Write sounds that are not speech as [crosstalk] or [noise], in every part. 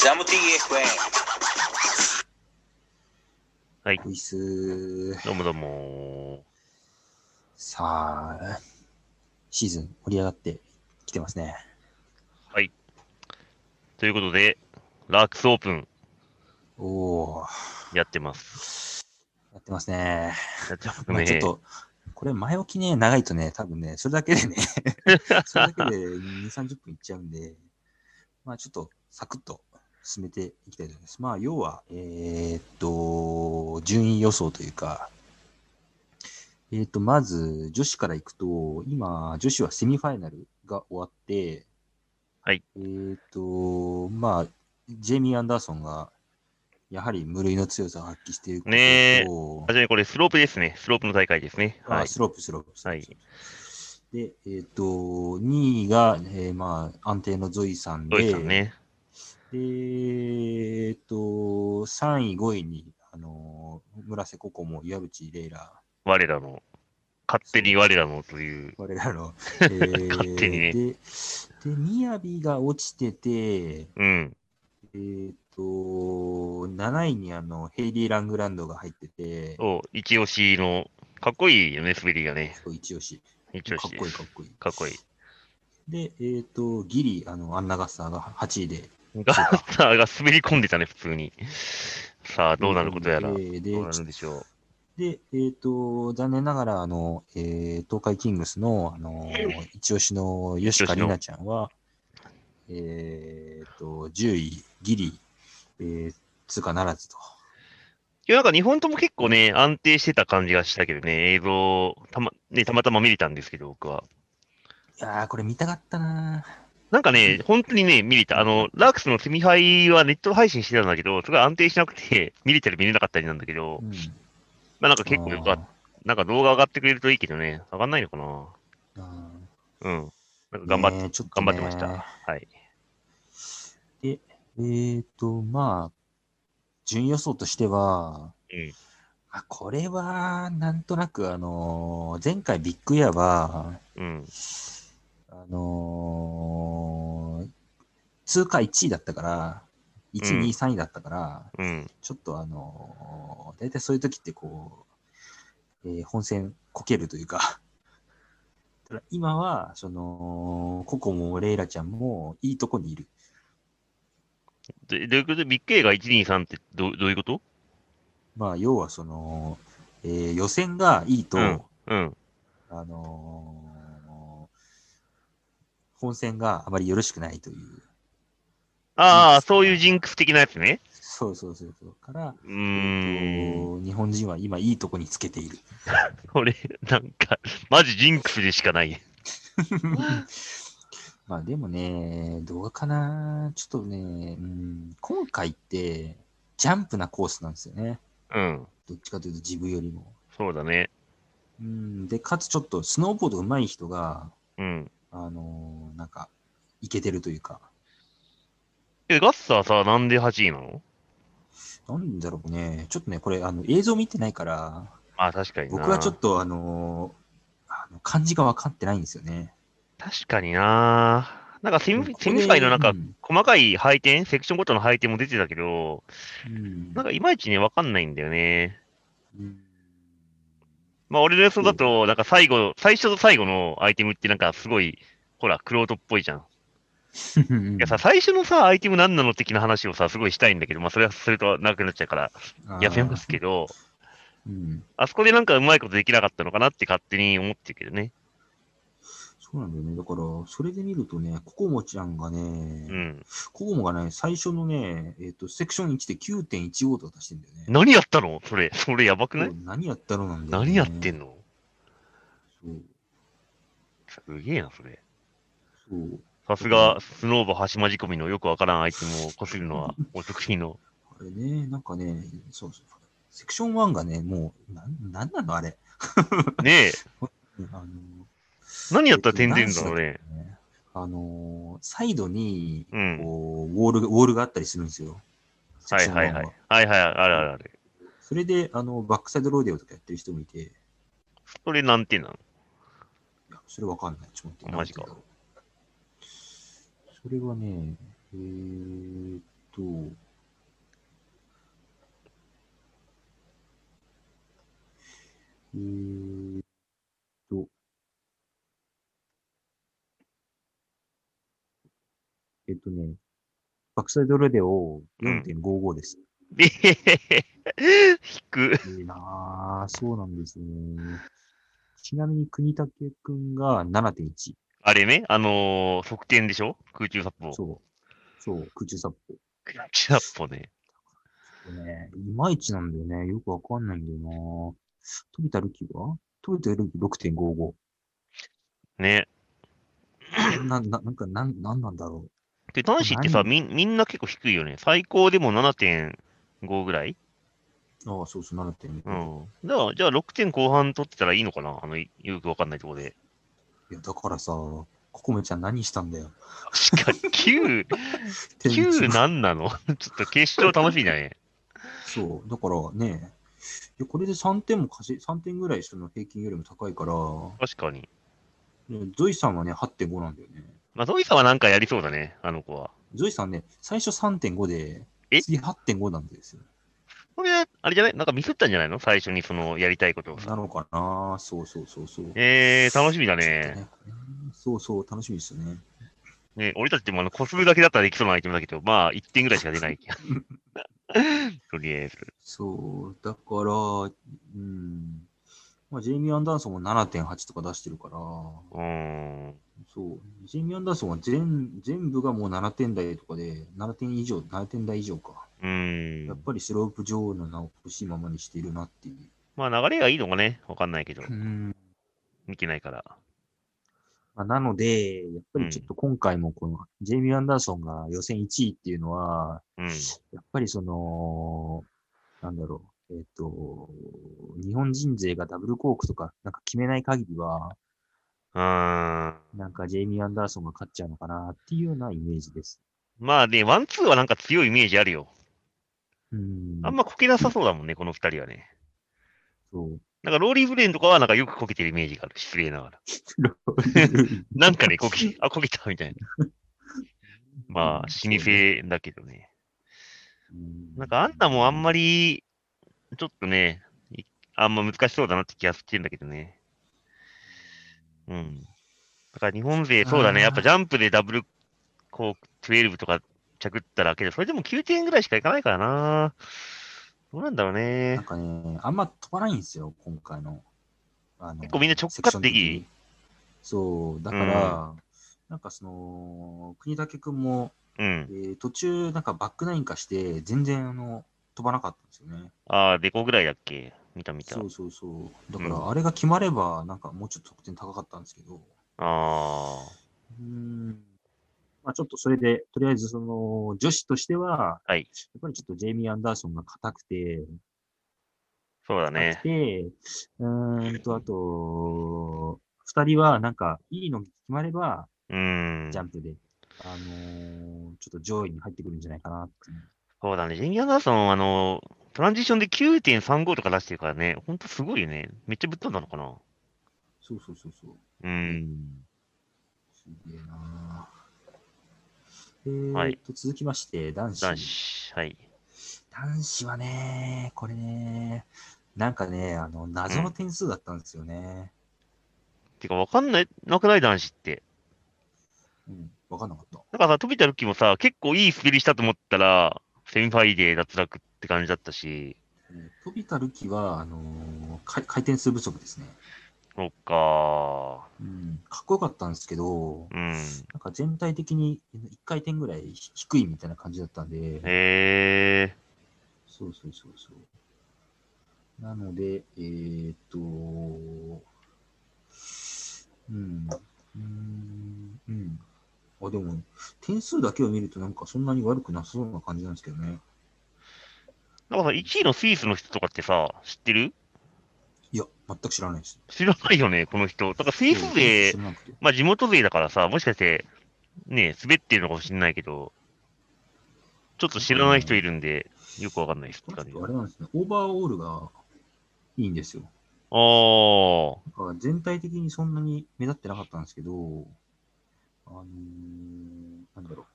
ジャムティはい。いいっす。どうもどうも。さあ、シーズン盛り上がってきてますね。ということで、ラークスオープンおお、やってます。やってますね。やってますまあ、ちょねっ。と、これ前置きね、長いとね、多分ね、それだけで [laughs] ね、それだけで2、30分いっちゃうんで、まあちょっとサクッと進めていきたいと思います。まあ要は、えーっと、順位予想というか、えーっと、まず女子からいくと、今、女子はセミファイナルが終わって、はい。えーっと、まあ、ジェイミー・アンダーソンが、やはり無類の強さを発揮していることと、ねえはじめこれスロープですね。スロープの大会ですね。はあい。スロープ、スロープ。スロープはいで、えっ、と、2位が、えーまあ、安定のゾイさんドで、イツさんね。でえっ、と、3位、5位に、あのー村瀬ココも岩淵レイラ、我らの、勝手に我らのという。我ら [laughs] の、えー勝手にねで、で、みやびが落ちてて、うん。えっ、と、7位にあのヘイリー・ラングランドが入ってて、そう、一押しの、かっこいいよね、滑りがね。そう一押し、一かっ押しでこいい、す。かっこいい。かっこいい。で、えっ、と、ギリ、あの、アンナガッサーが8位で、ガッサーが滑り込んでたね、普通に。さあ、どうなることやら。えどーうなるでんでしょでえーと、残念ながら、あの、えー東海キングスの、あの、一押しの吉川里奈ちゃんは、えーと、10位、ギリ、えー通過ならずと。う。いや、なんか日本とも結構ね、安定してた感じがしたけどね、映像、たま、ね、たまたま見れたんですけど、僕は。いやー、これ見たかったななんかね、本当にね、見れた。あの、ラークスのセミハイはネット配信してたんだけど、すごい安定しなくて、 [laughs] 見れたり見れなかったりなんだけー。どう、んまあなんか結構よかった。なんか動画上がってくれるといいけどね、上がんないのかな。あーうんうん。なんか頑張って、ねえちょっと頑ね張ってました。はい。えーと、まあ、順位予想としては、うんまあ、これは、なんとなく、あのー前回ビッグエアは、うん。あのー通過1位だったから、1位、うん2位、3位だったから、うん。ちょっとあのー、大体そういう時ってこう、えー本戦こけるというか、 [laughs] ただ今は、その、ココもレイラちゃんもいいとこにいる。でどういうことビッグ A が123ってどうどういうことまあ、要はその、えー予選がいいと、んうん。あのー本戦があまりよろしくないという。ああ、そういうジンクス的なやつね。そうそうそうそう。から、うーん。えっと日本人は今いいとこにつけている。これ、なんか、マジジンクスでしか [laughs] ない。まあでもね、動画かな、ちょっとね、うん、今回ってジャンプなコースなんですよね。うん。どっちかというと自分よりも。そうだね。うん、で、かつちょっとスノーボード上手い人が、うん。あのーなんか、いけてるというか、え、ガッサーさ、なんで8位なのなんだろうね、ちょっとね、これあの映像見てないから、まあ確かにな。僕はちょっとあのーあの漢字が分かってないんですよね。確かにな。なんかセミここでセミファイのなんかうん細かい配点、セクションごとの配点も出てたけど、うんなんかいまいちね、わかんないんだよね。うんまあ俺の予想だと、なんか最後、最初と最後のアイテムってなんかすごい、ほら、クロートっぽいじゃん。いやさ、最初のさ、アイテム何なの的な話をさ、すごいしたいんだけど、まあそれはするとなくなっちゃうから、やめますけど、うん、あそこでなんかうまいことできなかったのかなって勝手に思ってるけどね。そうなんだよね。だから、それで見るとね、ココモちゃんがね、うん。ココモがね、最初のね、えっ、と、セクション1で9.15とか出してんだよね。何やったのそれ、それやばくない、そう何やったのなんだよ、ね。何やってんののそう。すげえな、それ。そう。さすが、スノーボ端間仕込みのよくわからんアイテムをこするのは、お得 [laughs] 意の。あれね、なんかね、そうそう。セクション1がね、もう、なんなんなのあれ。ねえ、うんあの何やったら点々だろうね。ねあのーサイドに、うん。こう、ウォール、ウォールがあったりするんですよ。セクはいション1はいはい。はいはい、あるあるある。それで、あの、バックサイドローデオとかやってる人もいて、それなんて [laughs] なのいや、それわかんない。ちょっと待って。マジかなんて言うんだろう。それはね、えーっと、えーっと、えっとね、バックサイドレデオうん4.55です。えへへへ引く。いいなぁ、そうなんですね。ちなみに、国武くんが7.1。あれね、あのー、側転でしょ空中殺法。そう。そう、空中殺法。空中殺法ね。ね、いまいちなんだよね。よくわかんないんだよなぁ。飛田るきは飛田るき6.55。ね。な、な、なんか、なん、なんなんだろ。で、男子ってさ、みんみんな結構低いよね。最高でも7.5ぐらいうああ、そうそう、7.2。うん。だから、じゃあ6点後半取ってたらいいのかなあの、よくわかんないところで。いや、だからさ、ココメちゃん何したんだよ。確かに、9、9なんなの [laughs] ちょっと決勝楽しみだね。そう、だからね、いやこれで3点も稼い、3点ぐらいその平均よりも高いから、確かに。ねゾイさんはね、8.5なんだよね。まあ、ゾイさんはなんかやりそうだね、あの子は。ゾイさんね、最初3.5で、え次8.5なんですよ。これ、あれじゃないなんかミスったんじゃないの最初にそのやりたいことをさ。なのかなそうそうそうそう。えー、楽しみだちょっとね。ねそうそう、楽しみですよね。ね俺たちでもあのコスブだけだったらできそうなアイテムだけど、まあ1点ぐらいしか出ない。 [laughs] とりあえず。そう、だから、うん。まあ、ジェイミー・アンダーソンも7.8とか出してるから、うーん。そう、ジェイミー・アンダーソンは全全部がもう7点台とかで、7点以上、7点台以上か。うーやっん。ぱりスロープ女王の名を欲しいままにしているなっていう。まあ流れがいいのかねわかんないけど。ん見てないから。まあ、なので、やっぱりちょっと今回もこのジェイミー・アンダーソンが予選1位っていうのは、うん。やっぱりその、なんだろう、えっ、と、日本人勢がダブルコークとかなんか決めない限りは、あーなんかジェイミー・アンダーソンが勝っちゃうのかなっていうようなイメージです。まあね、ワンツーはなんか強いイメージあるよ。うん。 [laughs] あんまこけなさそうだもんね、この二人はね。そう。なんかローリー・ブレインとかはなんかよくこけてるイメージがある。失礼ながら。なんかね、こけ、あ、こけたみたいな。 [laughs] まあ、老舗だけどね。なんかあんたもあんまり。り、ちょっとね、いあんま難しそうだなって気がしてるんだけどね。うん。だから日本勢、そうだね、あーやっぱジャンプでダブルコーク12とか着ったらけど、それでも9点ぐらいしかいかないからな。どうなんだろうねなん。かね、あんま飛ばないんですよ、今回の。あの結構みんな直セクショ角ン的的にそう、だから、なんかその、国武くんも、うんえ。ー途中、なんかバックナイン化して、全然あの飛ばなかったんですよね。ああ、デコぐらいだっけ見た見た。そうそうそう。だから、うんあれが決まれば、なんかもうちょっと得点高かったんですけど、あうーん。まあ、ちょっとそれで、とりあえずその、女子としては、はいやっぱりちょっとジェイミー・アンダーソンが硬くて、あ、そうだなくね。て、うーんと、あと、二人はなんか、いいの決まれば、うん。ジャンプで、あのーちょっと上位に入ってくるんじゃないかなっていう。そうだね。ジェイミー・アンダーソン、あの、トランジションで9.35とか出してるからね、ほんとすごいよね。めっちゃぶっ飛んだのかな。そうそうそうそう。う。うんん。すげえなえはいーっと、続きまして、男子。男子、はい。男子はね、これね、なんかね、あの、謎の点数だったんですよね。てか、わかんない、なくない男子って。うん、わかんなかった。だからさ、飛田るきもさ、結構いい滑りしたと思ったら、セミファイで脱落って感じだったし、えー飛びたるきは、あのー回回転数不足ですね。そっかうん、かっこよかったんですけど、ー。うん。なんか全体的に1回転ぐらい低いみたいな感じだったんで、へえそうそうそうそう。なので、えーっと、うん、うーん、うん。あ、でも、点数だけを見るとなんかそんなに悪くなさそうな感じなんですけどね。ー。なんかさ、1位のスイスの人とかってさ、知ってるいや、全く知らないです。知らないよね、この人。だからスイス知勢、らなくて。まあ地元勢だからさ、もしかして、ね、滑ってるのかもしれないけど、ちょっと知らない人いるんで、よくわかんないですっこのて感じ。人あれなんですね、オーバーオールがいいんですよ。あー。なんか全体的にそんなに目立ってなかったんですけど、あのーなんだろう。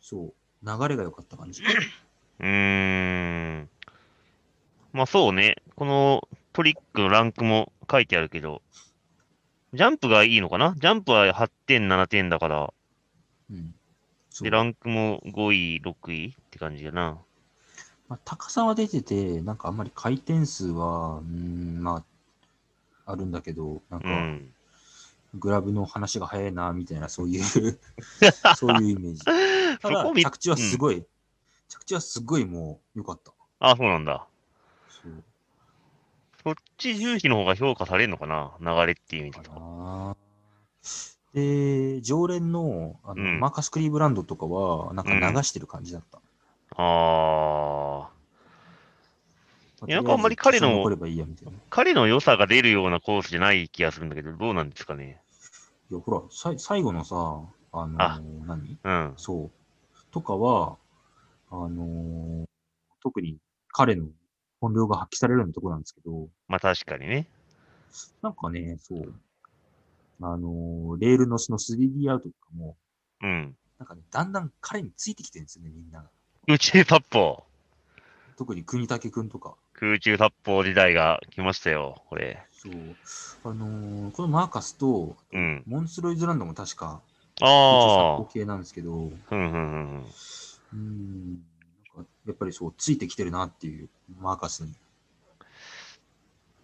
そう、流れが良かった感じ。うーん。まあそうね。このトリックのランクも書いてあるけど、ジャンプがいいのかなジャンプは8点、7点だから、うん。そうで、ランクも5位、6位って感じだな。まあ、高さは出てて、なんかあんまり回転数は、うーん、まあ、あるんだけど、なんうか、ん。グラブの話が早いな、みたいな、そう [laughs] いう、そういうイメージ。そただこ、見着地はすごい、着地はすごいもう、良かった。あ、そうなんだ。そうそっち重視の方が評価されるのかな流れっていう意味だかと。な。で、常連のあの、うんマーカス・クリーブランドとかは、なんかうん流してる感じだった。ああ。まいやなんかあんまり彼のとりあえず決勝に残ればいいやみたいな。彼の良さが出るようなコースじゃない気がするんだけど、どうなんですかね。いや、ほら、さい最後のさ、あのーあ何うん。そう。とかは、あのー特に彼の本領が発揮されるようなとこなんですけど、まあ確かにね。なんかね、そう。あのーレールのその 3D アウトとかも、うん。なんかね、だんだん彼についてきてるんですよね、みんなが。空中殺法。特に国武くんとか。空中殺法時代が来ましたよ、これ。そう。あのーこのマーカスと、うん。モンスロイズランドも確か、一あ応殺法系なんですけど、うあ。うんうんうんーうん。ん、なんかやっぱりそう、ついてきてるなっていう、マーカスに。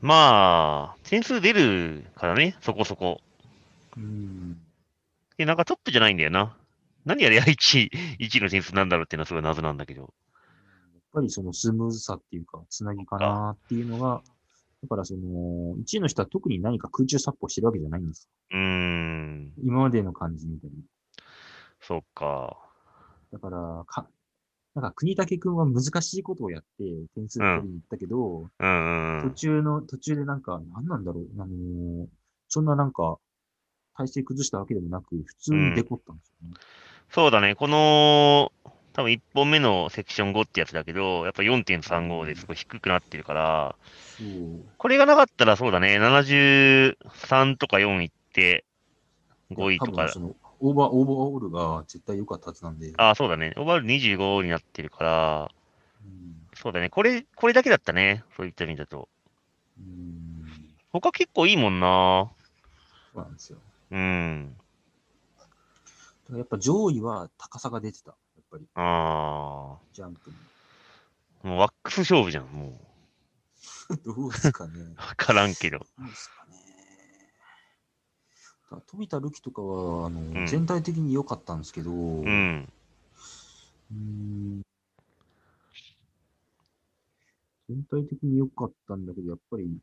まあ、点数出るからね、そこそこ。うーん。で、なんかトップじゃないんだよな。何あれ、1、1の点 [laughs] 数なんだろうっていうのはすごい謎なんだけど。やっぱりそのスムーズさっていうか、つなぎかなっていうのが、だからその、1位の人は特に何か空中殺法してるわけじゃないんです。うーん。今までの感じみたいに。そっか。だから、か、なんか国武くんは難しいことをやって点数取りに行ったけど、うんうんう途ん。中の、途中でなんか、何なんだろう、あのーそんななんか、体勢崩したわけでもなく、普通にデコったんですよね。そうだね、この、多分1本目のセクション5ってやつだけど、やっぱ4.35ですごい低くなってるから、そう。これがなかったらそうだね、73とか4いって、5位と多分か、その、オーバー、オーバーオールが絶対良かったはずなんで。あ、そうだね、オーバーオール25になってるから、うん。そうだね、これ、これだけだったね、そういった意味だと。うん。他結構いいもんなそうなんですよ。うん。だからやっぱ上位は高さが出てた。やっぱり、あジャンプに。 [laughs] あ。もうワックス勝負じゃん、もう。どうですかね。わからんけど。どうですかね。だから富田るきとかは、あの、ん全体的に良かったんですけど、ううん。うーん全体的に良かったんだけど、やっぱり、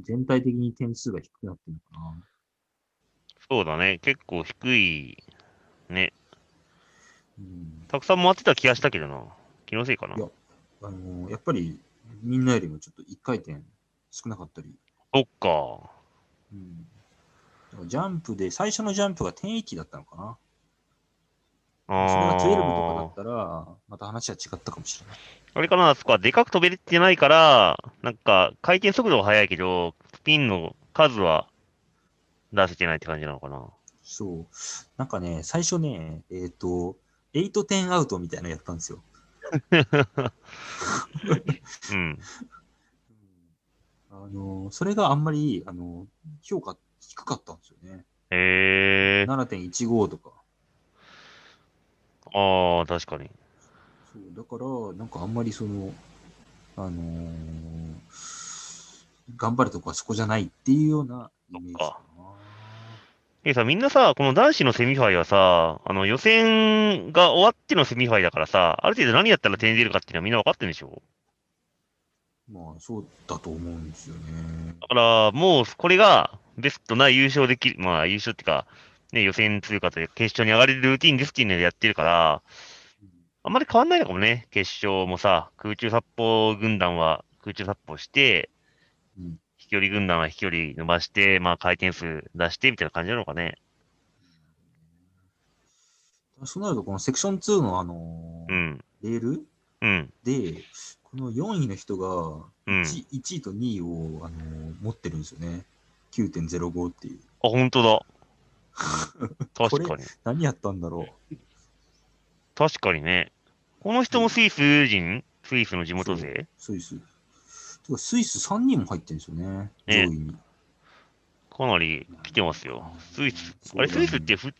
全体的に点数が低くなってるのかな。そうだね、結構低い、ね。うん。たくさん回ってた気がしたけどな。気のせいかないやあのーやっぱり、みんなよりもちょっと1回転少なかったり、そっか。うんだからジャンプで、最初のジャンプが1080だったのかな。それあが12とかだあっ。たら、また話は違ったかもしれない。あれかな、あそこはでかく飛べてないから、なんか回転速度は速いけど、スピンの数は出せてないって感じなのかな。そう。なんかね、最初ね、えっ、と、8点アウトみたいなのやったんですよ。うん。あのーそれがあんまり、あのー評価低かったんですよね。へえ。 7.15とか。ああ、確かに。そうだから、なんかあんまりその、あのー頑張るとこはそこじゃないっていうようなイメージかな。えさ、みんなさ、この男子のセミファイはさ、あの予選が終わってのセミファイだからさ、ある程度何やったら点出るかっていうのはみんな分かってるんでしょまあ、そうだと思うんですよね。だから、もうこれがベストな優勝できる、まあ優勝っていうか、ね、予選通過というか決勝に上がれるルーティンですっていうのをやってるから、あんまり変わんないのかもね、決勝もさ、空中殺法軍団は空中殺法して、うん飛距離軍団は飛距離伸ばして、まあ回転数出してみたいな感じなのかね。そうなると、このセクション2の、あのーうん、レールうん、で、この4位の人がうん。あ、 1, 1位と2位を、あのー持ってるんですよね。9.05っていう。本当だ。これ確かに。何やったんだろう。確かにね。この人もスイス人スイスの地元勢スイス。てかスイス3人も入ってるんですよね。上ね位に。かなり来てますよ。スイス。あれ、スイスってふ、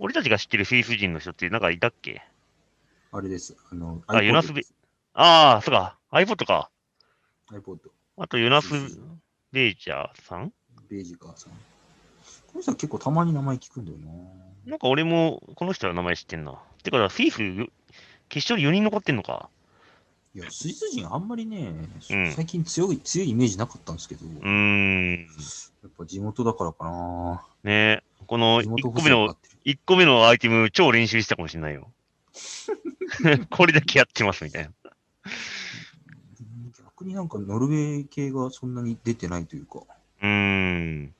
俺たちが知ってるスイス人の人ってなんかいたっけあれです。あの、あ iPod ユナスビです。ああ、そうか。iPod か。 iPod。あと、ユナス・スイスベイチャーさんベージカーさん。この人は結構たまに名前聞くんだよな。なんか俺も、この人の名前知ってんな。てか、スイス、決勝に4人残ってんのか。いや、スイス人あんまりね、うん最近強い、強いイメージなかったんですけど、うやっーん。ぱ地元だからかな。ねこの地元1補個正目がのかかってる。一個目のアイテム、超練習したかもしれないよ。 [laughs] これだけやってますみたいな。うん逆になんかノルウェー系がそんなに出てないというか。うーん。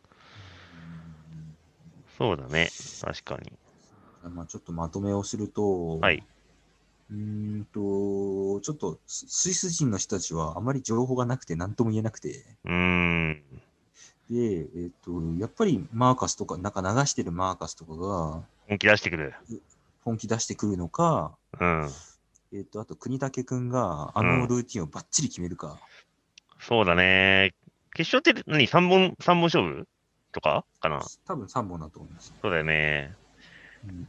そうだね。確かに。まあ、ちょっとまとめをすると、はい。うーんと、ちょっとススイス人の人たちはあまり情報がなくて何とも言えなくて、うーん。で、えっ、と、やっぱりマーカスとか、なんか流してるマーカスとかが本気出してくる。本気出してくるのか、うん。えっ、と、あと、国武くんが、あのルーティンをバッチリ決めるか。そうだね。決勝って何 ?3 本、3本勝負とかかな多分3本だと思います。そうだよね。うん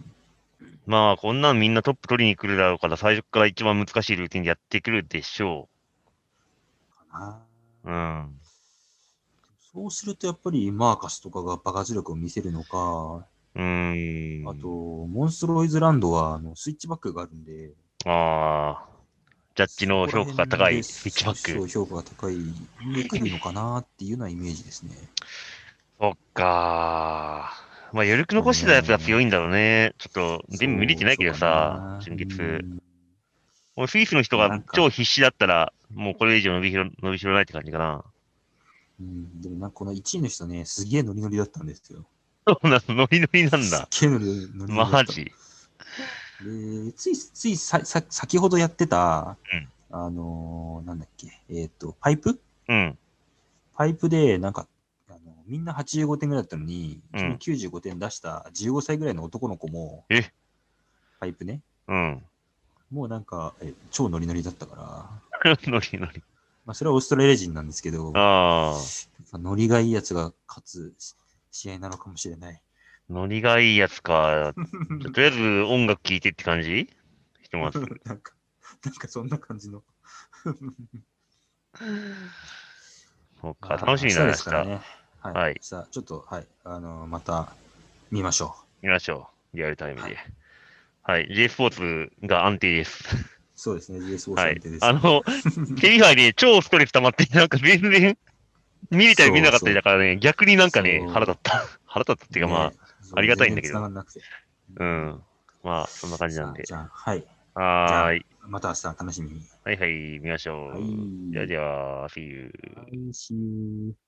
まあ、こんなんみんなトップ取りに来るだろうから、最初から一番難しいルーティンでやってくるでしょかなう。うん。そうすると、やっぱりマーカスとかが爆発力を見せるのか、うーん。あと、モンストロイズランドはあのスイッチバックがあるんで、ああ。ジャッジの評価が高いスイッチバッそクう。評価が高い。で来るのかなっていうようなイメージですね。そっかー。まあ、余力残してたやつが強いんだろうね。ちょっと、全部見れてないけどさ、そう純かな潔。うんもうスイスの人ながんか超必死だったら、もうこれ以上伸びしろ、伸びしろないって感じかな。うん、でもなんかこの1位の人ね、すげえノリノリだったんですよ。そうなの、ノリノリなんだ。すっげえノリノリノリだった。マジ。でついついささ先ほどやってた、うんあのーなんだっけ、えっ、と、パイプうん。パイプで、なんか、あのみんな85点ぐらいだったのに、うんその95点出した15歳ぐらいの男の子も、えパイプね、うん。 [laughs] もうなんか、え超ノリノリだったから、まノリノリ。あ、それはオーストラリア人なんですけど、ああ。ノリがいいやつが勝つし試合なのかもしれない。ノリがいいや [laughs] つか。じゃとりあえず音楽聴いてって感じひとま [laughs] ず。なんか、なんかそんな感じの。そうか、楽しみだ明日ね、ですから明日。ね。はい。はいさあ、ちょっと、はい。あの、また見ましょう。見ましょう。リアルタイムで。はい。J スポーツが安定です。そうですね。GS オーはサいンテです。あの、テリファイで超ストレス溜まって、なんか全然、見れたり見なかったりだからね、逆になんかねそ、う腹立った。 [laughs] 腹立ったっていうかまあ、ね、ありがたいんだけ全然ど繋がんなくて。うん。まあ、そんな感じなんで。さあじゃあ、はい。はーい。また明日楽しみに。はいはい、見ましょう。はいじゃあ、じゃあ、See you. はい、see you.